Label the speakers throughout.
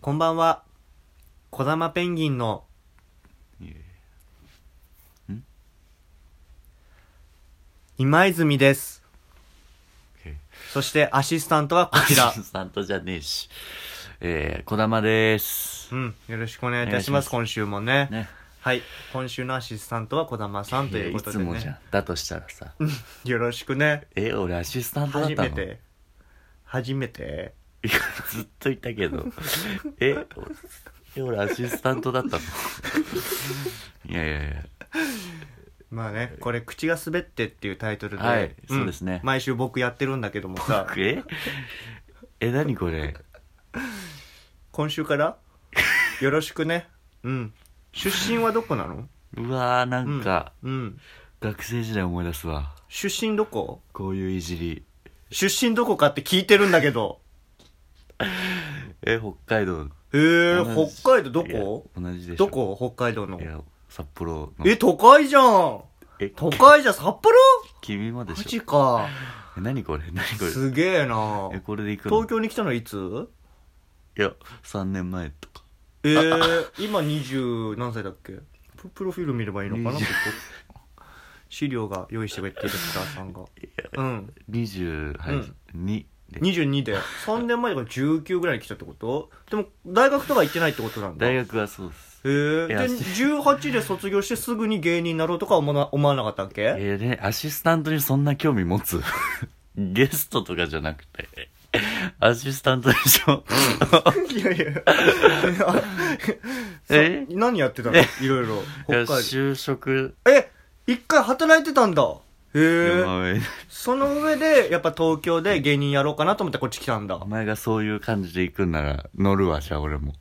Speaker 1: こんばんは。小玉ペンギンの
Speaker 2: いえ
Speaker 1: 今泉です。
Speaker 2: え
Speaker 1: そしてアシスタントはこ
Speaker 2: ア
Speaker 1: ちら。
Speaker 2: シスタントじゃねえし。えー、小玉です
Speaker 1: う。ん。よろしくお願いいたし
Speaker 2: お
Speaker 1: ま
Speaker 2: 願い
Speaker 1: す、
Speaker 2: します
Speaker 1: 今週もね
Speaker 2: ね。
Speaker 1: はい。今週のアシスタントは小玉さんという
Speaker 2: い
Speaker 1: こと
Speaker 2: つ
Speaker 1: で
Speaker 2: もじゃ
Speaker 1: ね。
Speaker 2: ん。だとしたらさ。
Speaker 1: よろしくね。
Speaker 2: え、俺アシスタントだっ
Speaker 1: 初
Speaker 2: たの
Speaker 1: めて。初めて。
Speaker 2: いやずっといたけど。 え、おえ俺アシスタントだったの いやいやいや。
Speaker 1: まあね、これ、口が滑ってっていうタイトルで。
Speaker 2: はい
Speaker 1: ん
Speaker 2: そうですね
Speaker 1: 毎週僕やってるんだけどもさ、
Speaker 2: ええ、何これ
Speaker 1: 今週 からよろしくね。うん。出身はどこなの
Speaker 2: うわー、なんか、
Speaker 1: うん。
Speaker 2: 学生時代思い出すわ。
Speaker 1: 出身どこ
Speaker 2: こういういじり。
Speaker 1: 出身どこかって聞いてるんだけど。
Speaker 2: え、北海道。
Speaker 1: え
Speaker 2: 同
Speaker 1: ー、
Speaker 2: じ
Speaker 1: 北海道どこ
Speaker 2: いや同じでしょ。
Speaker 1: どこ北海道の
Speaker 2: い。や、札幌の。
Speaker 1: え、都会じゃん
Speaker 2: え、
Speaker 1: 都会じゃん札幌
Speaker 2: 君もで
Speaker 1: マ
Speaker 2: しょ
Speaker 1: ジか。
Speaker 2: え何これ何これ
Speaker 1: すげえな
Speaker 2: えこれで行くの
Speaker 1: 東京に来たのいつ
Speaker 2: いや3年前とか
Speaker 1: えー、今二十何歳だっけププロフィール見ればいいのかな
Speaker 2: 20
Speaker 1: ここ資料が用意してくれてディレクターさんが。うん。
Speaker 2: 20はい、
Speaker 1: うん
Speaker 2: 2で
Speaker 1: 22で。3年前だから19ぐらいに来たってことでも、大学とか行ってないってことなんだ。
Speaker 2: 大
Speaker 1: へ
Speaker 2: 学はそうです
Speaker 1: え
Speaker 2: い
Speaker 1: で、
Speaker 2: や
Speaker 1: 18で卒業してすぐに芸人になろうとか思わな思わなかったわけ
Speaker 2: えー、ねアシスタントにそんな興味持つゲストとかじゃなくてアシスタントでしょ
Speaker 1: いやいや。え
Speaker 2: え
Speaker 1: 何やってたのいろいろ。
Speaker 2: いや
Speaker 1: 北海道。
Speaker 2: 就職
Speaker 1: え一回働いてたんだ。へえ。
Speaker 2: 山上
Speaker 1: その上で、やっぱ東京で芸人やろうかなと思ってこっち来たんだ
Speaker 2: お。前がそういう感じで行くんなら乗るわじゃあ俺も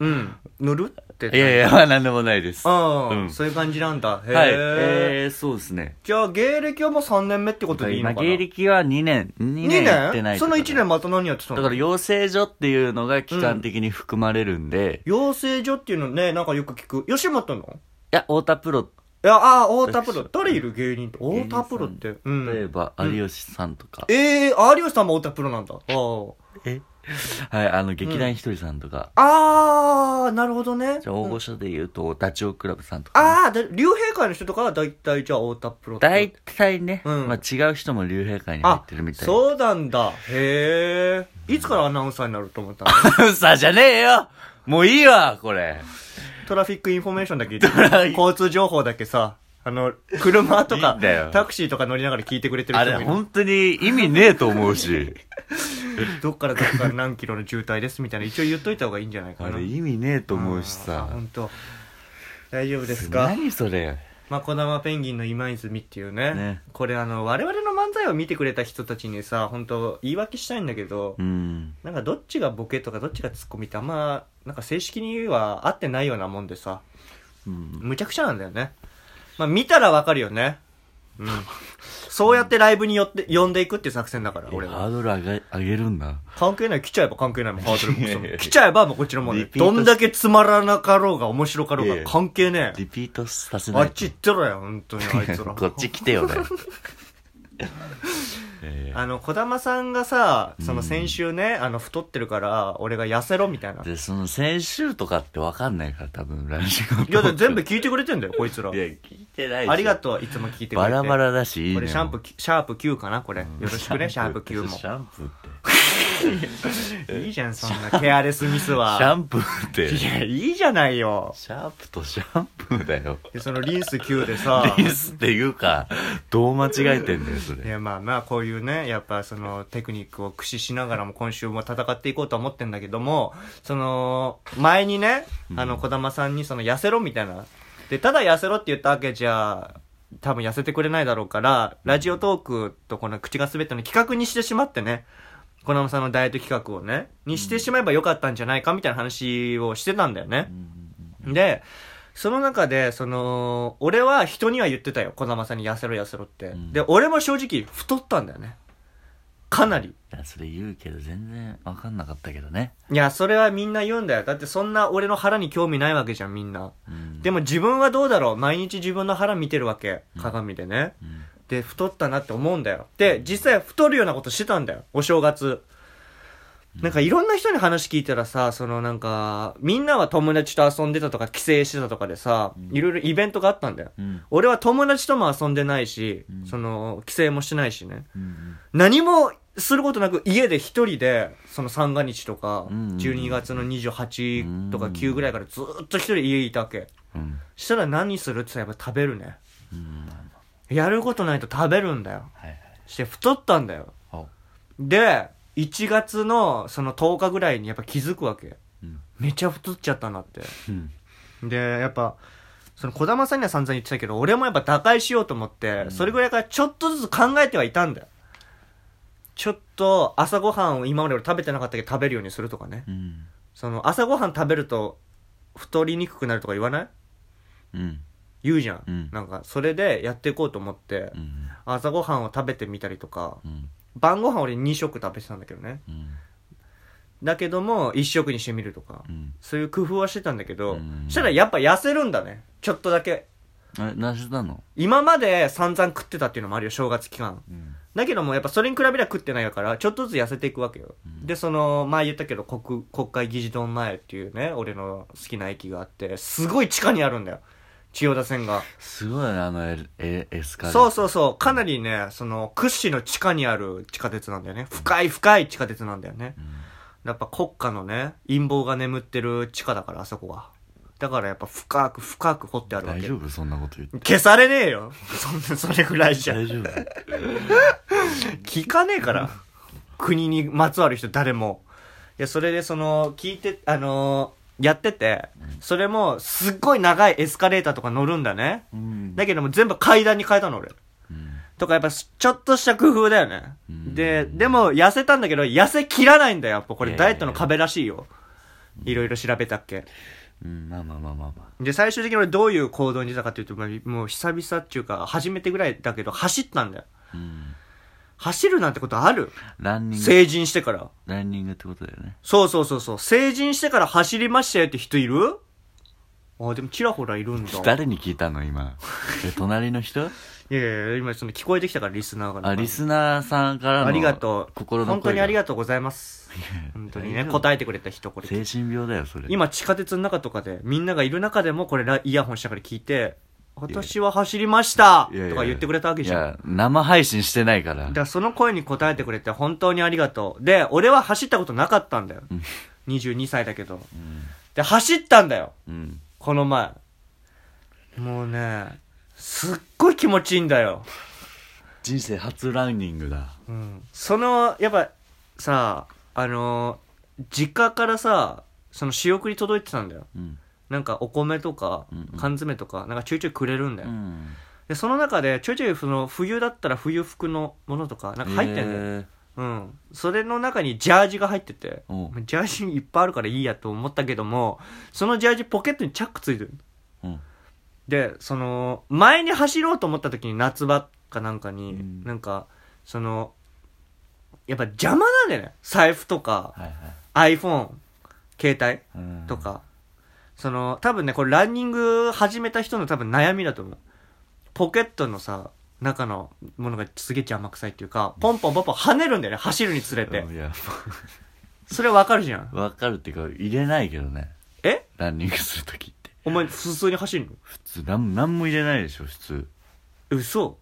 Speaker 1: うん。乗るって。
Speaker 2: いやいやまあ何でもないです
Speaker 1: ああ、
Speaker 2: うん
Speaker 1: そういう感じなんだ。へえ。
Speaker 2: はいえー、そうですね
Speaker 1: じゃあ、芸歴はもう3年目ってことでいいの
Speaker 2: 今
Speaker 1: かな
Speaker 2: 芸歴は2年2
Speaker 1: 2
Speaker 2: 年やってな
Speaker 1: 年
Speaker 2: いと
Speaker 1: そ
Speaker 2: か
Speaker 1: の1年また何やってたの
Speaker 2: だから養成所っていうのが期間的に含まれるんで、い
Speaker 1: 養成所っていうのね、なんかよく聞く。吉本の
Speaker 2: や、太田プロ、
Speaker 1: いや、ああ、太田プロ。誰いる芸人って。太田プロって。うん。
Speaker 2: 例えば
Speaker 1: うん
Speaker 2: 有吉さんとか、
Speaker 1: えー、有吉さんも太田プロなんだ。あー
Speaker 2: はい、あの劇団ひとりさんとか、
Speaker 1: あー、なるほどね。
Speaker 2: じゃあ大御所で言うと、ダチョウ倶楽部さんとか、ね、
Speaker 1: ああ、で、竜兵会の人とかは大体じゃあ太田プロって
Speaker 2: 大体ね、
Speaker 1: うん
Speaker 2: まあ違う人も竜兵会に入ってるみたいな。
Speaker 1: そうなんだ。へえ。いつからアナウンサーになると思 ったの
Speaker 2: うさじゃねえよもういいわ、これ。
Speaker 1: トラフィックインフォメーションだけ聞いて
Speaker 2: ラフィック
Speaker 1: 交通情報だけさ、あの、車と
Speaker 2: いい
Speaker 1: か
Speaker 2: んだよ
Speaker 1: タクシーとか乗りながら聞いてくれてる
Speaker 2: あ
Speaker 1: 人
Speaker 2: れ、
Speaker 1: もいる。
Speaker 2: 本当に意味ねえと思 うし。
Speaker 1: どっからどっから何キロの渋滞ですみたいな、一応言っといた方がいいんじゃないか
Speaker 2: あ
Speaker 1: な。
Speaker 2: れ、意味ねえと思うしさ。
Speaker 1: 本当。大丈夫ですか
Speaker 2: 何それ。
Speaker 1: まあ、児玉ペンギンの今泉っていうね
Speaker 2: ね
Speaker 1: これあの我々の漫才を見てくれた人たちにさ本当言い訳したいんだけど、
Speaker 2: うん。
Speaker 1: なんかどっちがボケとかどっちがツッコミってあんまなんか正式には合ってないようなもんでさ
Speaker 2: うん
Speaker 1: むちゃくちゃなんだよねまあ見たらわかるよねうん そうやってライブによって呼んでいくっていう作戦だから俺は
Speaker 2: ハードル上げ上げるんだ。
Speaker 1: 関係ない来ちゃえば関係ないもんハードルもクソも
Speaker 2: いやいやいや
Speaker 1: 来ちゃえばもうこっちのもん
Speaker 2: リ
Speaker 1: ね
Speaker 2: ピート
Speaker 1: ど
Speaker 2: し
Speaker 1: んだけつまらなかろうが面白かろ
Speaker 2: いうやい
Speaker 1: が
Speaker 2: や
Speaker 1: 関係ねえ
Speaker 2: リピートさせな
Speaker 1: あ
Speaker 2: いと。
Speaker 1: っち行ってろよ本当にあいつら
Speaker 2: こっち来て よね。え
Speaker 1: あの児玉さんがさそうの
Speaker 2: ん
Speaker 1: 先週ね、あの太ってるから俺が痩せろみたいな
Speaker 2: ー
Speaker 1: い
Speaker 2: で、その先週とかってわかんないから、多分、ラジオ。
Speaker 1: やだ全部聞いてくれてんだよこいつら
Speaker 2: いや、聞いてないし
Speaker 1: ありがとういつも聞いてくれて
Speaker 2: バラバラだし、いいね。
Speaker 1: これシャンプーきシャープ Q かなこれよ
Speaker 2: うん
Speaker 1: ろしくねシャープ Q も
Speaker 2: シャンプーって。
Speaker 1: いいじゃんそんなケアレスミス
Speaker 2: シャ
Speaker 1: は
Speaker 2: ンプーって。
Speaker 1: いやいいじゃないよ
Speaker 2: シャープとシャンプーだよ。
Speaker 1: でそのリンス Q でさ
Speaker 2: リンスっていうか、どう間違えてんだよ、そ
Speaker 1: い
Speaker 2: れ。
Speaker 1: やまあまあこういうねやっぱそのテクニックを駆使しながらも今週も戦っていこうと思ってんだけどもその前にねあの児玉さんにその痩せろみたいなでただ痩せろって言ったわけじゃ多分痩せてくれないだろうからラジオトークとこの口が滑ったの企画にしてしまってね児玉さんのダイエット企画をねにしてしまえばよかったんじゃないかみたいな話をしてたんだよねでその中で、その、俺は人には言ってたよ。児玉さんに痩せろ痩せろって。
Speaker 2: うん
Speaker 1: で、俺も正直太ったんだよね。かなり。
Speaker 2: いやそれ言うけど、全然わかんなかったけどね。
Speaker 1: いや、それはみんな言うんだよ。だってそんな俺の腹に興味ないわけじゃん、みんな。で
Speaker 2: も、
Speaker 1: も自分はどうだろう毎日自分の腹見てるわけ。鏡でね。
Speaker 2: うん
Speaker 1: で、太ったなって思うんだよ。で、実際太るようなことしてたんだよ。お正月。なんかいろんな人に話聞いたらさ、そのなんか、みんなは友達と遊んでたとか、帰省してたとかでさ、
Speaker 2: うん
Speaker 1: いろいろイベントがあったんだよ。
Speaker 2: うん
Speaker 1: 俺は友達とも遊んでないし、
Speaker 2: うん
Speaker 1: その、帰省もしてないしね。
Speaker 2: うん
Speaker 1: 何もすることなく家で一人で、その三が日とか、
Speaker 2: うん
Speaker 1: 12月の28とか
Speaker 2: うん
Speaker 1: 9ぐらいからずっと一人家いたわけ。
Speaker 2: うん
Speaker 1: したら何するって言ったらやっぱ食べるね。
Speaker 2: うん
Speaker 1: やることないと食べるんだよ。
Speaker 2: はいはい
Speaker 1: して太ったんだよ。
Speaker 2: あ
Speaker 1: で、1月のその10日ぐらいにやっぱ気づくわけ。
Speaker 2: うん
Speaker 1: めちゃ太っちゃったなって。
Speaker 2: うん
Speaker 1: で、やっぱ、その小玉さんには散々言ってたけど、俺もやっぱ打開しようと思って、
Speaker 2: うん
Speaker 1: それぐらいからちょっとずつ考えてはいたんだよ。ちょっと朝ごはんを今まで俺食べてなかったけど食べるようにするとかね。
Speaker 2: うん
Speaker 1: その朝ごはん食べると太りにくくなるとか言わない
Speaker 2: うん
Speaker 1: 言うじゃん。
Speaker 2: うん
Speaker 1: なんか、それでやっていこうと思って、
Speaker 2: うん
Speaker 1: 朝ごはんを食べてみたりとか、
Speaker 2: うん
Speaker 1: 晩ごはん俺2食食べてたんだけどね。
Speaker 2: うん
Speaker 1: だけども、1食にしてみるとか、
Speaker 2: うん
Speaker 1: そういう工夫はしてたんだけど、
Speaker 2: うん
Speaker 1: したらやっぱ痩せるんだね。ちょっとだけ。
Speaker 2: あれ何してたの
Speaker 1: 今まで散々食ってたっていうのもあるよ、正月期間。
Speaker 2: うん
Speaker 1: だけども、やっぱそれに比べりゃ食ってないから、ちょっとずつ痩せていくわけよ。
Speaker 2: うん
Speaker 1: で、その、前言ったけど、国、国会議事堂前っていうね、俺の好きな駅があって、すごい地下にあるんだよ。千代田線が。
Speaker 2: すごいねあのエエエスカレーター
Speaker 1: そうそうそう。かなりね、その、屈指の地下にある地下鉄なんだよね。深い深い地下鉄なんだよね。
Speaker 2: うん
Speaker 1: やっぱ国家のね、陰謀が眠ってる地下だから、あそこは。だからやっぱ深く深く掘ってあるわけ。
Speaker 2: 大丈夫そんなこと言って
Speaker 1: 消されねえよ。そんな、それぐらいじゃ。
Speaker 2: 大丈夫
Speaker 1: 聞かねえから。国にまつわる人誰も。いや、それでその、聞いて、あのーやってて、それも、すっごい長いエスカレーターとか乗るんだね。
Speaker 2: うん
Speaker 1: だけども全部階段に変えたの、俺。
Speaker 2: うん
Speaker 1: とか、やっぱ、ちょっとした工夫だよね。
Speaker 2: うん
Speaker 1: で、でも、痩せたんだけど、痩せきらないんだよ。やっぱ、こ
Speaker 2: い
Speaker 1: れ
Speaker 2: やいやい
Speaker 1: ダイ
Speaker 2: や
Speaker 1: エットの壁らしいよ。いろいろ調べたっけ。
Speaker 2: うんまあまあまあまあま
Speaker 1: で、最終的に俺どういう行動に出たかっていうと、まあもう久々っていうか、初めてぐらいだけど、走ったんだよ。
Speaker 2: あうん
Speaker 1: 走るなんてことある
Speaker 2: ランニング
Speaker 1: 成人してから。
Speaker 2: ランニングってことだよね
Speaker 1: そうそうそうそう。成人してから走りましたよって人いるあ、でもちらほらいるんだ。
Speaker 2: 誰に聞いたの今え隣の人
Speaker 1: いやいやいや、今その聞こえてきたからリスナーが。
Speaker 2: あリスナーさんからの
Speaker 1: ありがとう。
Speaker 2: 心の声
Speaker 1: 本当にあり
Speaker 2: が
Speaker 1: がとうございます。本当にね、
Speaker 2: 大丈夫
Speaker 1: 答えてくれた人これ。
Speaker 2: 精神病だよそれ
Speaker 1: 今地下鉄の中とかで、みんながいる中でもこれライヤホンしたから聞いて、私は走りました
Speaker 2: いやいや
Speaker 1: とか言ってくれたわけ
Speaker 2: い
Speaker 1: じゃん。
Speaker 2: や生配信してないから
Speaker 1: だからその声に応えてくれて本当にありがとう。で、俺は走ったことなかったんだよ。
Speaker 2: うん
Speaker 1: 22歳だけど。
Speaker 2: うん
Speaker 1: で、走ったんだよ。
Speaker 2: うん
Speaker 1: この前。もうね、すっごい気持ちいいんだよ。
Speaker 2: 人生初ランニングだ
Speaker 1: うん。その、やっぱ、さ、あのー実家からさ、その仕送り届いてたんだよ。
Speaker 2: うん
Speaker 1: なんかお米とか
Speaker 2: うんうん
Speaker 1: 缶詰とか、なんかちょいちょいくれるんだ
Speaker 2: う
Speaker 1: よ。
Speaker 2: ん
Speaker 1: で、その中で、ちょいちょいその冬だったら冬服のものとか、なんか入ってんだよ。
Speaker 2: えー
Speaker 1: うん。それの中にジャージが入ってて、
Speaker 2: おう
Speaker 1: ジャージいっぱいあるからいいやと思ったけども、そのジャージポケットにチャックついてる。
Speaker 2: うん
Speaker 1: でその前に走ろうと思った時に夏場かなんかに、
Speaker 2: うん
Speaker 1: なんかそのやっぱ邪魔なんだよね財布とか
Speaker 2: はいはい
Speaker 1: iPhone 携帯
Speaker 2: うん
Speaker 1: とか、その多分ねこれランニング始めた人の多分悩みだと思うポケットのさ中のものがすげえ邪魔くさいっていうかポンポンポンポン跳ねるんだよね走るにつれて
Speaker 2: うんいや
Speaker 1: それわかるじゃん
Speaker 2: わかるっていうか入れないけどね
Speaker 1: え
Speaker 2: ランニングするときって
Speaker 1: お前普通に走るの
Speaker 2: 普通なんなんも入れないでしょ普通
Speaker 1: え嘘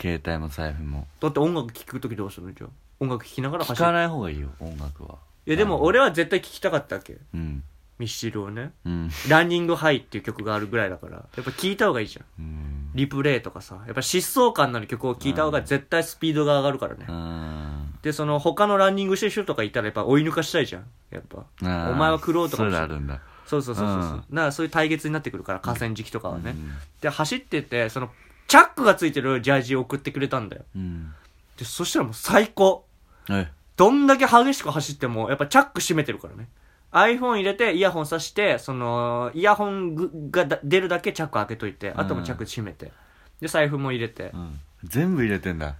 Speaker 2: 携帯も財布も
Speaker 1: だって音楽聴く時どうするのじゃあ音楽聴きながら
Speaker 2: 聞
Speaker 1: 走る
Speaker 2: かない方がいいよ音楽はい
Speaker 1: やでも俺は絶対聞きたかったわけ
Speaker 2: うん
Speaker 1: ミスチルをね
Speaker 2: うん
Speaker 1: 「ランニングハイ」っていう曲があるぐらいだからやっぱ聞いた方がいいじゃん
Speaker 2: うん
Speaker 1: リプレイとかさやっぱ疾走感のある曲を聞いた方が絶対スピードが上がるからね
Speaker 2: うん
Speaker 1: でその他のランニングしてる人とかいたらやっぱ追い抜かしたいじゃんやっぱ
Speaker 2: お
Speaker 1: お前は苦労とか
Speaker 2: そ
Speaker 1: も
Speaker 2: うい
Speaker 1: し
Speaker 2: う
Speaker 1: て
Speaker 2: のあるんだ
Speaker 1: そうそうそうそうそう
Speaker 2: う
Speaker 1: だからそういう対決になってくるから河川敷とかはね、
Speaker 2: うん
Speaker 1: で走っててそのチャックがついてるジャージを送ってくれたんだよ
Speaker 2: うん
Speaker 1: でそしたらもう最高
Speaker 2: え
Speaker 1: どんだけ激しく走っても、やっぱチャック閉めてるからね。iPhone 入れて、イヤホンさして、その、イヤホンぐがだ出るだけチャック開けといて、あともチャック閉めて。で、財布も入れて
Speaker 2: う。ん全部入れてんだ
Speaker 1: い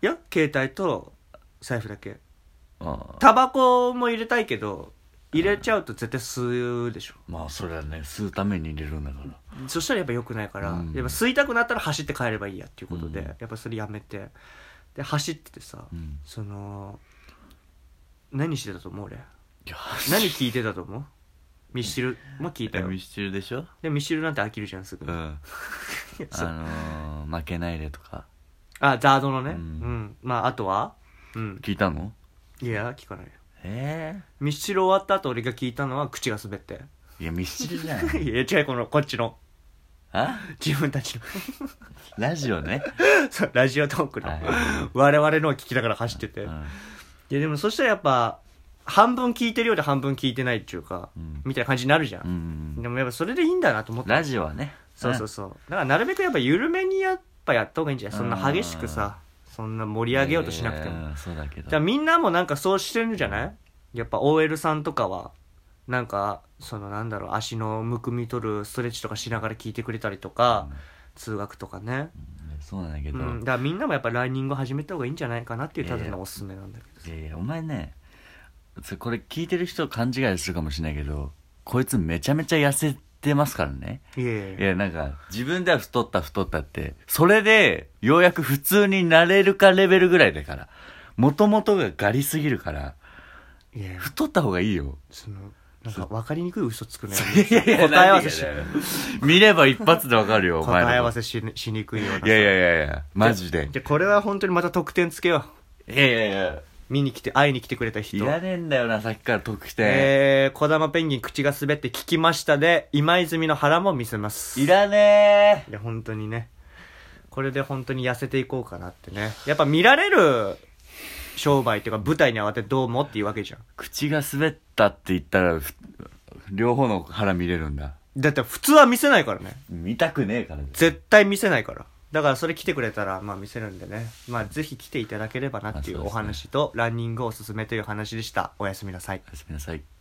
Speaker 1: や、携帯と財布だけ。
Speaker 2: あ
Speaker 1: タバコも入れたいけど、入れちゃうと絶対吸うでしょ。
Speaker 2: まあそれはね吸うために入れるんだから
Speaker 1: そしたらやっぱ良くないから、
Speaker 2: うん
Speaker 1: やっぱ吸いたくなったら走って帰ればいいやっていうことで、
Speaker 2: うん
Speaker 1: やっぱそれやめて。で、走っててさ、
Speaker 2: うん
Speaker 1: その、何してたと思う俺
Speaker 2: いや
Speaker 1: 何聞いてたと思うミシルも聞いたよ
Speaker 2: ミスチルでしょ
Speaker 1: でもミシルなんて飽きるじゃんすぐ
Speaker 2: うんあ
Speaker 1: そう
Speaker 2: のー「負けないで」とか
Speaker 1: あザードのねう、
Speaker 2: うんん
Speaker 1: まああとはうん
Speaker 2: 聞いたの
Speaker 1: いや聞かないよ
Speaker 2: え
Speaker 1: ミシル終わった後俺が聞いたのは口が滑って
Speaker 2: えいやミスチルじゃ
Speaker 1: い
Speaker 2: ん
Speaker 1: や違うこのこっちの
Speaker 2: あ
Speaker 1: 自分たちの
Speaker 2: ラジオね
Speaker 1: そうラジオトークの
Speaker 2: はい
Speaker 1: 我々のを聞きながら走ってて、
Speaker 2: う
Speaker 1: い
Speaker 2: ん
Speaker 1: やでもそしたらやっぱ半分聞いてるようで半分聞いてないっていうか、
Speaker 2: うん
Speaker 1: みたいな感じになるじゃ、
Speaker 2: うんん
Speaker 1: でもやっぱそれでいいんだなと思った
Speaker 2: ラジオはね
Speaker 1: そうそうそうだからなるべくやっぱ緩めにやっぱやった方がいいんじゃないそんな激しくさそんな盛り上げようとしなくても、
Speaker 2: いやいやそうだけ
Speaker 1: だから
Speaker 2: ど
Speaker 1: みんなもなんかそうしてるんじゃないやっぱ OL さんとかはなんかそのなんだろう足のむくみ取るストレッチとかしながら聞いてくれたりとか、通学とかね、
Speaker 2: そうなんだけ
Speaker 1: う
Speaker 2: ど
Speaker 1: ん、だからみんなもやっぱランニングを始めた方がいいんじゃないかなっていうただのおすすめなんだけど、
Speaker 2: いやいやお前ねそれこれ聞いてる人勘違いするかもしれないけどこいつめちゃめちゃ痩せてますからね
Speaker 1: いえ
Speaker 2: い
Speaker 1: いえ
Speaker 2: やなんか自分では太った太ったってそれでようやく普通になれるかレベルぐらいだからもともとがガリすぎるから
Speaker 1: いや
Speaker 2: 太った方がいいよ
Speaker 1: そのなんか分かりに くい嘘つくね
Speaker 2: 答
Speaker 1: 答
Speaker 2: え
Speaker 1: え
Speaker 2: 合
Speaker 1: 合
Speaker 2: わ
Speaker 1: わ
Speaker 2: せ
Speaker 1: せ
Speaker 2: し
Speaker 1: し
Speaker 2: 見れば一発でわかるよお前の
Speaker 1: 答え合わせしにしにくいようない
Speaker 2: やいやいやいやマジで
Speaker 1: じゃあこれは本当にまた得点つけよう
Speaker 2: いやいやいや
Speaker 1: 見に来て会いに来てくれた人
Speaker 2: いらねえんだよなさっきから得点
Speaker 1: えー、小玉ペンギン口が滑って聞きましたで今泉の腹も見せます
Speaker 2: いらね
Speaker 1: いや本当にねこれで本当に痩せていこうかなってねやっぱ見られる商売っていうか舞台に合わせてどうもっていうわけじゃん
Speaker 2: え口が滑ったって言ったらふ両方の腹見れるんだ
Speaker 1: だって普通は見せないからね
Speaker 2: 見たくねえから
Speaker 1: 絶対見せないからだからそれ来てくれたらまあ見せるんでねまあぜひ来ていただければなってい
Speaker 2: あそうう
Speaker 1: お
Speaker 2: ですね
Speaker 1: 話とランニングをおすすめという話でしたおやすみなさい
Speaker 2: おやすみなさい